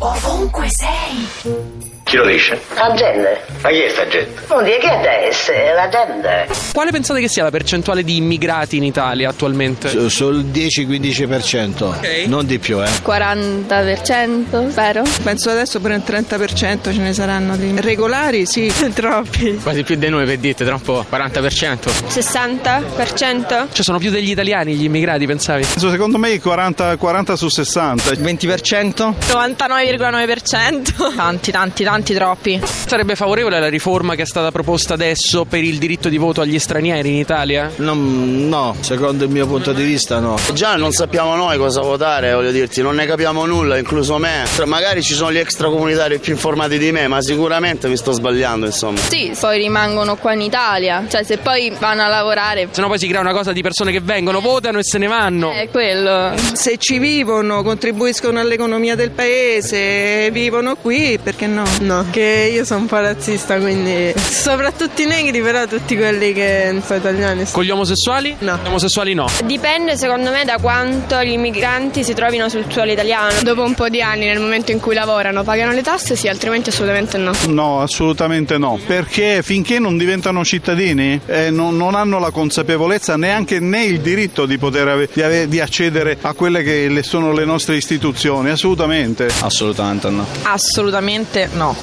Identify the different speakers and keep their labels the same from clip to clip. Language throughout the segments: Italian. Speaker 1: Ovunque sei.
Speaker 2: Chi lo dice?
Speaker 3: La gente.
Speaker 2: Ma chi è sta gente?
Speaker 3: Non dire che adesso è la gente.
Speaker 4: Quale pensate che sia la percentuale di immigrati in Italia attualmente?
Speaker 5: S- Sul 10-15%,
Speaker 4: Ok.
Speaker 5: non di più, eh.
Speaker 6: 40%, spero.
Speaker 7: Penso adesso per un 30% ce ne saranno di regolari, sì, troppi.
Speaker 8: Quasi più di noi per dite, tra un po', 40%.
Speaker 6: 60%?
Speaker 4: Cioè sono più degli italiani gli immigrati, pensavi?
Speaker 9: Secondo me i 40, 40 su 60.
Speaker 7: 20%?
Speaker 6: 99,9%.
Speaker 7: Tanti, tanti, tanti, troppi.
Speaker 4: Sarebbe favorevole alla riforma che è stata proposta adesso per il diritto di voto agli stranieri in Italia?
Speaker 5: Non- no, secondo il mio punto di vista no.
Speaker 10: Già non sappiamo noi cosa votare, voglio dirti, non ne capiamo nulla, incluso me. Tra- Magari ci sono gli extracomunitari più informati di me, ma sicuramente mi sto sbagliando, insomma.
Speaker 6: Sì, poi rimangono qua in Italia. Cioè, se poi vanno a lavorare,
Speaker 4: Sennò poi si crea una cosa di persone che vengono, votano e se ne vanno.
Speaker 7: Eh.
Speaker 6: è quello.
Speaker 7: Se ci vivono, contribuiscono all'economia del paese, vivono qui, perché no? No, che io sono un po' razzista, quindi... Soprattutto i negri, però tutti quelli che non sono italiani.
Speaker 4: Con gli omosessuali?
Speaker 7: No.
Speaker 4: Gli omosessuali no.
Speaker 6: Dipende secondo me da quanto gli immigranti si trovino sul suolo italiano.
Speaker 11: Dopo un po' di anni, nel momento in cui lavorano, pagano le tasse? Sì, altrimenti assolutamente no.
Speaker 9: No, assolutamente no. Perché finché non diventano cittadini eh, non, non hanno la consapevolezza neanche né il diritto di poter ave- di, ave- di accedere a quelle che le- sono le nostre istituzioni, assolutamente.
Speaker 5: Assolutamente no.
Speaker 7: Assolutamente no.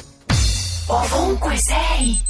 Speaker 1: Ovunque sei.